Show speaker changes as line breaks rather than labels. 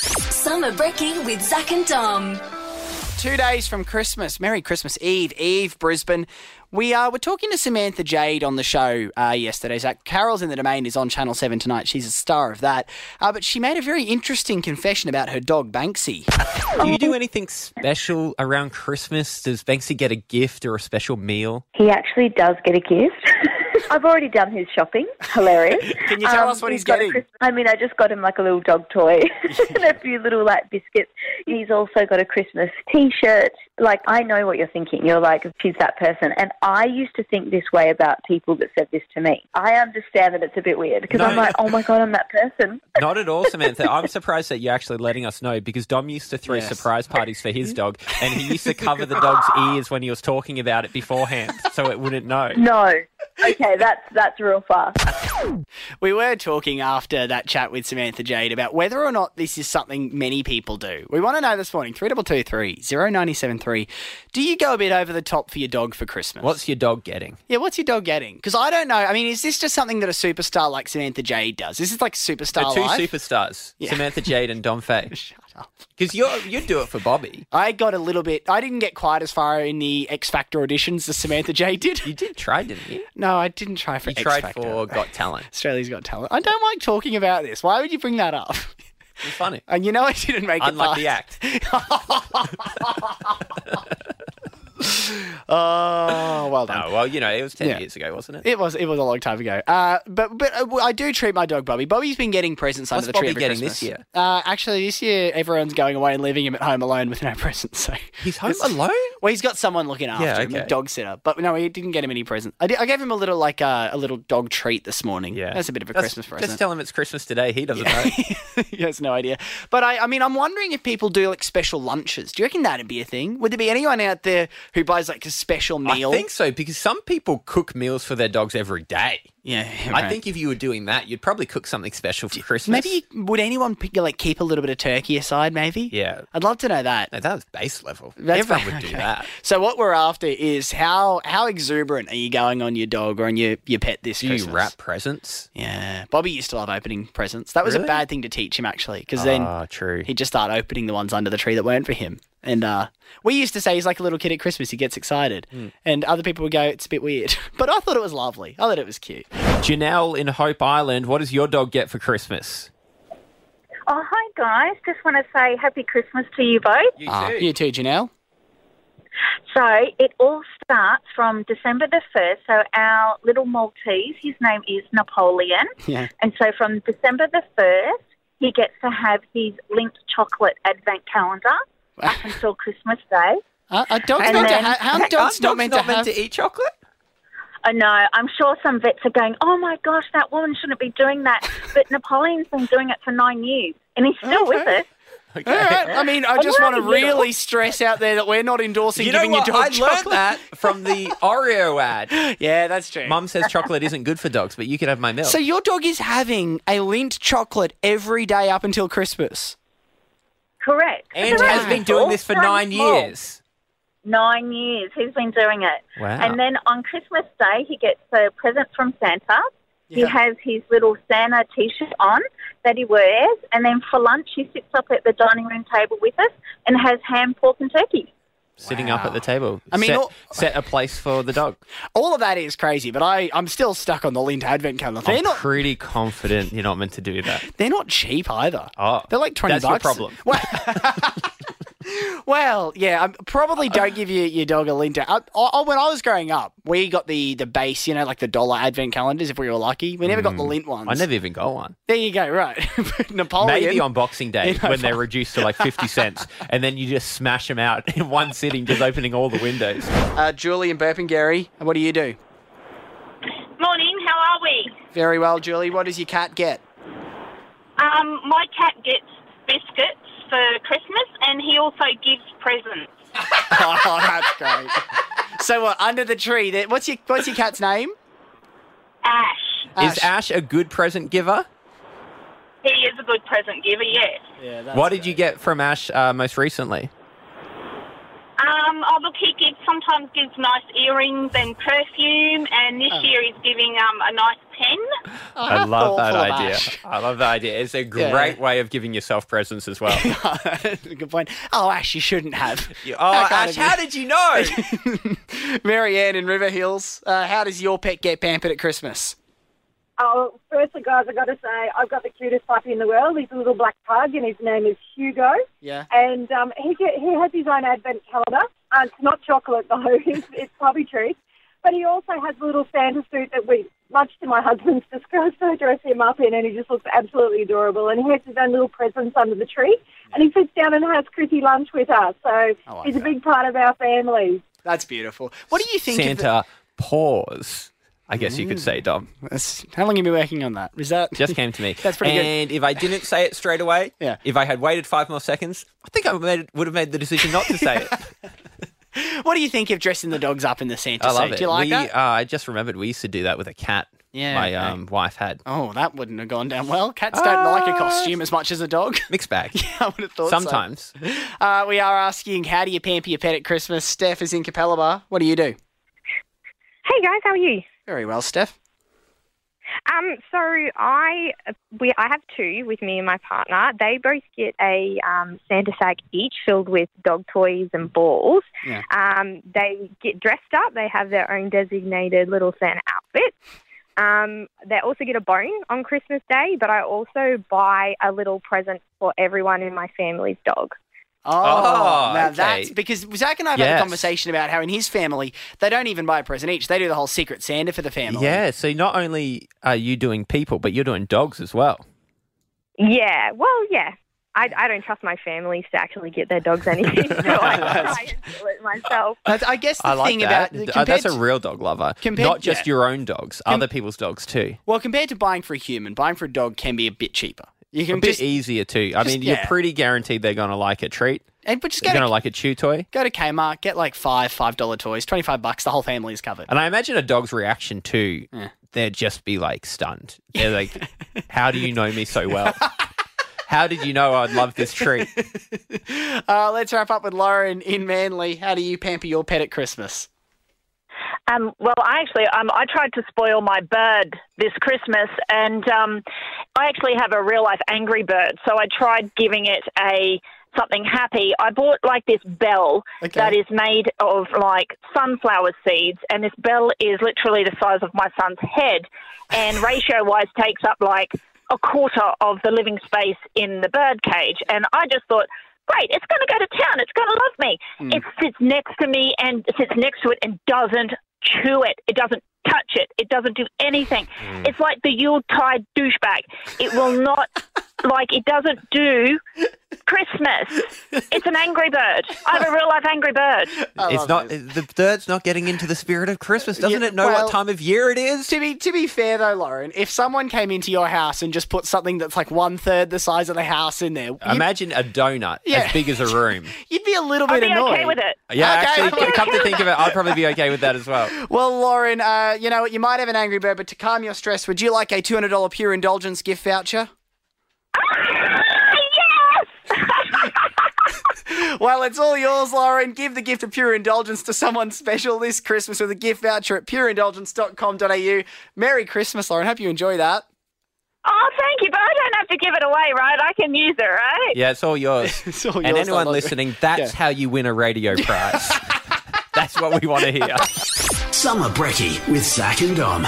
Summer Brekkie with Zach and Dom.
Two days from Christmas. Merry Christmas Eve, Eve, Brisbane. We are we're talking to Samantha Jade on the show uh, yesterday. Zach Carol's in the Domain is on Channel 7 tonight. She's a star of that. Uh, but she made a very interesting confession about her dog, Banksy.
Do you do anything special around Christmas? Does Banksy get a gift or a special meal?
He actually does get a gift. I've already done his shopping. Hilarious. Um,
Can you tell us what he's
got a
getting?
Christ- I mean, I just got him like a little dog toy and a few little like biscuits. He's also got a Christmas T-shirt. Like, I know what you're thinking. You're like, she's that person. And I used to think this way about people that said this to me. I understand that it's a bit weird because
No.
I'm like, oh my god, I'm that person.
Not at all, Samantha. I'm surprised that you're actually letting us know because Dom used to throw
Yes.
surprise parties for his dog and he used to cover the dog's ears when he was talking about it beforehand so it wouldn't know.
No. Okay, that's that's real far.
We were talking after that chat with Samantha Jade about whether or not this is something many people do. We want to know this morning, 3223 0973. Do you go a bit over the top for your dog for Christmas?
What's your dog getting?
Yeah, what's your dog getting? Because I don't know. I mean, is this just something that a superstar like Samantha Jade does? This is like
The
superstar
two
life.
superstars,
Yeah.
Samantha Jade and Dom Faye. Shut up. Because you'd do it for Bobby.
I got a little bit. I didn't get quite as far in the X Factor auditions as Samantha Jade
You
did.
did try, didn't you?
No, I didn't try for
You
X
tried
Factor.
for Got Talent.
Australia's Got Talent. I don't like talking about this. Why would you bring that up?
It was funny.
And you know I didn't make
Unlucky
it. past-
act.
Oh, well done.
No, well, you know, it was 10
Yeah.
years ago, wasn't it?
It was it was a long time ago. Uh, but but uh, I do treat my dog Bobby. Bobby's been getting presents
What's
under the tree
Bobby
every
getting
Christmas.
this year?
Uh, actually, this year everyone's going away and leaving him at home alone with no presents. So
He's home
it's-
alone?
Well, he's got someone looking after
Yeah,
him, a
okay.
dog sitter. But no, he didn't get him any presents. I, did, I gave him a little like uh, a little dog treat this morning. that's a bit of a
Just-
Christmas present.
Just tell him it's Christmas today. He doesn't know.
he has no idea. But I, I mean, I'm wondering if people do like special lunches. Do you reckon that'd be a thing? Would there be anyone out there who buys like a special meal?
I think so because some people cook meals for their dogs every day.
Yeah,
I
right.
think if you were doing that, you'd probably cook something special for Christmas.
Maybe you- would anyone pick, like keep a little bit of turkey aside? Maybe.
Yeah.
I'd love to know that.
No, that was base level.
That's
Everyone
fine.
would do
Okay.
that.
So what we're after is how how exuberant are you going on your dog or on your, your pet this
Do
Christmas?
you wrap presents?
Yeah, Bobby used to love opening presents. That was a
Really?
bad thing to teach him actually, because then
Ah, true.
he'd just start opening the ones under the tree that weren't for him. And uh, we used to say he's like a little kid at Christmas. He gets excited,
Hmm.
and other people would go, "It's a bit weird," but I thought it was lovely. I thought it was cute.
Janelle in Hope Island, what does your dog get for Christmas?
Oh, hi guys. Just want to say happy Christmas to you both.
Ah, you too, Janelle.
So it all starts from December the 1st. So our little Maltese, his name is Napoleon.
Yeah.
And so from December the 1st, he gets to have his linked chocolate advent calendar up until Christmas Day.
Uh, a dog's
And
not to
then-
ha- how dogs not meant to have.
eat chocolate?
I know, I'm sure some vets are going, oh my gosh, that woman shouldn't be doing that. But Napoleon's been doing it for nine years and he's still with
Okay.
it.
All right. I mean, I just want to really stress out there that we're not endorsing
You know
giving
what?
your dog
I
chocolate.
learned that from the Oreo ad.
Yeah, that's true.
Mum says chocolate isn't good for dogs, but you can have my milk.
So your dog is having a lint chocolate every day up until Christmas.
Correct.
and
Correct.
has been doing this for
All
nine
time small.
years.
Nine years. He's been doing it.
Wow.
And then on Christmas Day, he gets a present from Santa. He
Yeah.
has his little Santa t shirt on that he wears. And then for lunch, he sits up at the dining room table with us and has ham, pork, and turkey.
Sitting up at the table.
I mean,
set,
all-
set a place for the dog.
All of that is crazy, but I, I'm still stuck on the lint advent calendar. They're
I'm
not
pretty confident you're not meant to do that.
They're not cheap either.
Oh,
they're like twenty
that's your
bucks.
problem.
Well, well, yeah, um, probably don't give your, your dog a linter. I, I, when I was growing up, we got the the base, you know, like the dollar advent calendars. If we were lucky, we never got the lint ones.
Mm. I never even got one.
There you go. Right, Napoleon.
Maybe on Boxing Day
Oh, You know,
when they're reduced to like 50 cents and then you just smash them out in one sitting, just opening all the windows.
uh, Julie and Burpengary. What do you do?
Morning, how are we?
Very well, Julie. What does your cat get?
Um, my cat gets biscuits for Christmas and he also gives presents.
oh, that's great. So what? Under the tree. There, what's your What's your cat's name?
Ash,
Is Ash a good present giver?
he is a good present giver, yes.
Yeah,
what did you get from Ash uh, most recently?
Um, oh, look, he gives, sometimes gives nice earrings and perfume, and this year he's giving um, a nice pen
I love that
Thoughtful of
idea.
Oh, Ash.
I love that idea. It's a
Yeah.
great way of giving yourself presents as well.
Good point. Oh, Ash, you shouldn't have.
You- oh,
I can't
Ash,
agree.
how did you know?
Mary Ann in River Hills, uh, how does your pet get pampered at Christmas?
Oh, firstly, guys, I've got to say, I've got the cutest puppy in the world. He's a little black pug, and his name is Hugo.
Yeah.
And um, he get, he has his own advent calendar. Uh, it's not chocolate, though. It's, it's probably truth. But he also has a little Santa suit that we, much to my husband's disgust, I dress him up in, and he just looks absolutely adorable. And he has his own little presents under the tree. And he sits down and has Chrissy lunch with us. So
I like
he's
that.
a big part of our family.
That's beautiful. What do you think? of the-
Santa, pause. I guess you could
Mm.
say, Dom.
That's- how long have you been working on that? Is that
Just came to me.
That's pretty good.
And if I didn't say it straight away,
Yeah.
if I had waited five more seconds, I think I made, would have made the decision not to say it.
What do you think of dressing the dogs up in the Santa
I love
suit?
it.
Do you like
we,
that?
Uh, I just remembered we used to do that with a cat.
Yeah,
my
okay.
um, wife had
Oh, that wouldn't have gone down well. Cats don't like a costume as much as a dog.
mixed bag.
I would have thought so.
Uh, Sometimes
Uh, we are asking, how do you pamper your pet at Christmas? Steph is in Capella Bar. What do you do?
Hey guys, how are you?
Very well, Steph.
Um, so I we I have two with me and my partner. They both get a um, Santa sack each filled with dog toys and balls.
Yeah.
Um, they get dressed up. They have their own designated little Santa outfit. Um, they also get a bone on Christmas Day, but I also buy a little present for everyone in my family's dog.
Oh,
Oh,
now
okay.
that's because Zach and I have had
Yes.
a conversation about how in his family they don't even buy a present each; they do the whole secret Santa for the family.
yeah. So not only are you doing people, but you're doing dogs as well.
Yeah, well, yeah. I, I don't trust my families to actually get their dogs anything, so I try and do it myself.
That's- I guess the
I like
thing
that.
about
Uh, that's
compared
a real dog lover,
compared-
not just
yeah.
your own dogs, other people's dogs too.
Well, compared to buying for a human, buying for a dog can be a bit cheaper. You
A
can
bit e-
just
easier too. I
just-
mean,
yeah.
you're pretty guaranteed they're going to like a treat.
and but just
They're
go
going to
to,
like a chew toy.
go to Kmart, get like five five dollar toys, twenty five bucks. The whole family is covered.
And I imagine a dog's reaction too,
Yeah.
they'd just be like stunned. They're like, "How do you know me so well? How did you know I'd love this treat?"
Uh, let's wrap up with Lauren in Manly. How do you pamper your pet at Christmas?
Um, well, I actually, um, I tried to spoil my bird this Christmas, and um, I actually have a real life angry bird. So I tried giving it a something happy. I bought like this bell
Okay.
that is made of like sunflower seeds, and this bell is literally the size of my son's head, and ratio wise takes up like a quarter of the living space in the bird cage. And I just thought, great, it's going to go to town. It's going to love me. It sits next to me and sits next to it and doesn't chew it. It doesn't touch it. It doesn't do anything. It's like the Yuletide douchebag. It will not, like, it doesn't do Christmas. It's an angry bird. I have a real life angry bird.
it's not the bird's not getting into the spirit of Christmas. Doesn't
Yeah,
it know
well-
what time of year it is?
To be to be fair though, Lauren, if someone came into your house and just put something that's like one third the size of the house in there, you'd,
Imagine a donut
Yeah.
as big as a room.
you'd be a little
I'd
bit
be
annoyed.
okay with it.
Yeah,
Okay.
actually, come to think of it, I'd probably be okay with that as well.
Well, Lauren, uh, you know what? You might have an angry bird, but to calm your stress, would you like a two hundred dollar pure indulgence gift voucher? Well, it's all yours, Lauren. Give the gift of pure indulgence to someone special this Christmas with a gift voucher at pureindulgence.com.au. Merry Christmas, Lauren. Hope you enjoy that.
Oh, thank you, but I don't have to give it away, right? I can use it, right?
Yeah, it's all yours.
It's all
and
yours,
anyone
Lauren.
listening, that's how you win a radio prize. that's what we want to hear.
Summer Brekkie with Zach and Dom.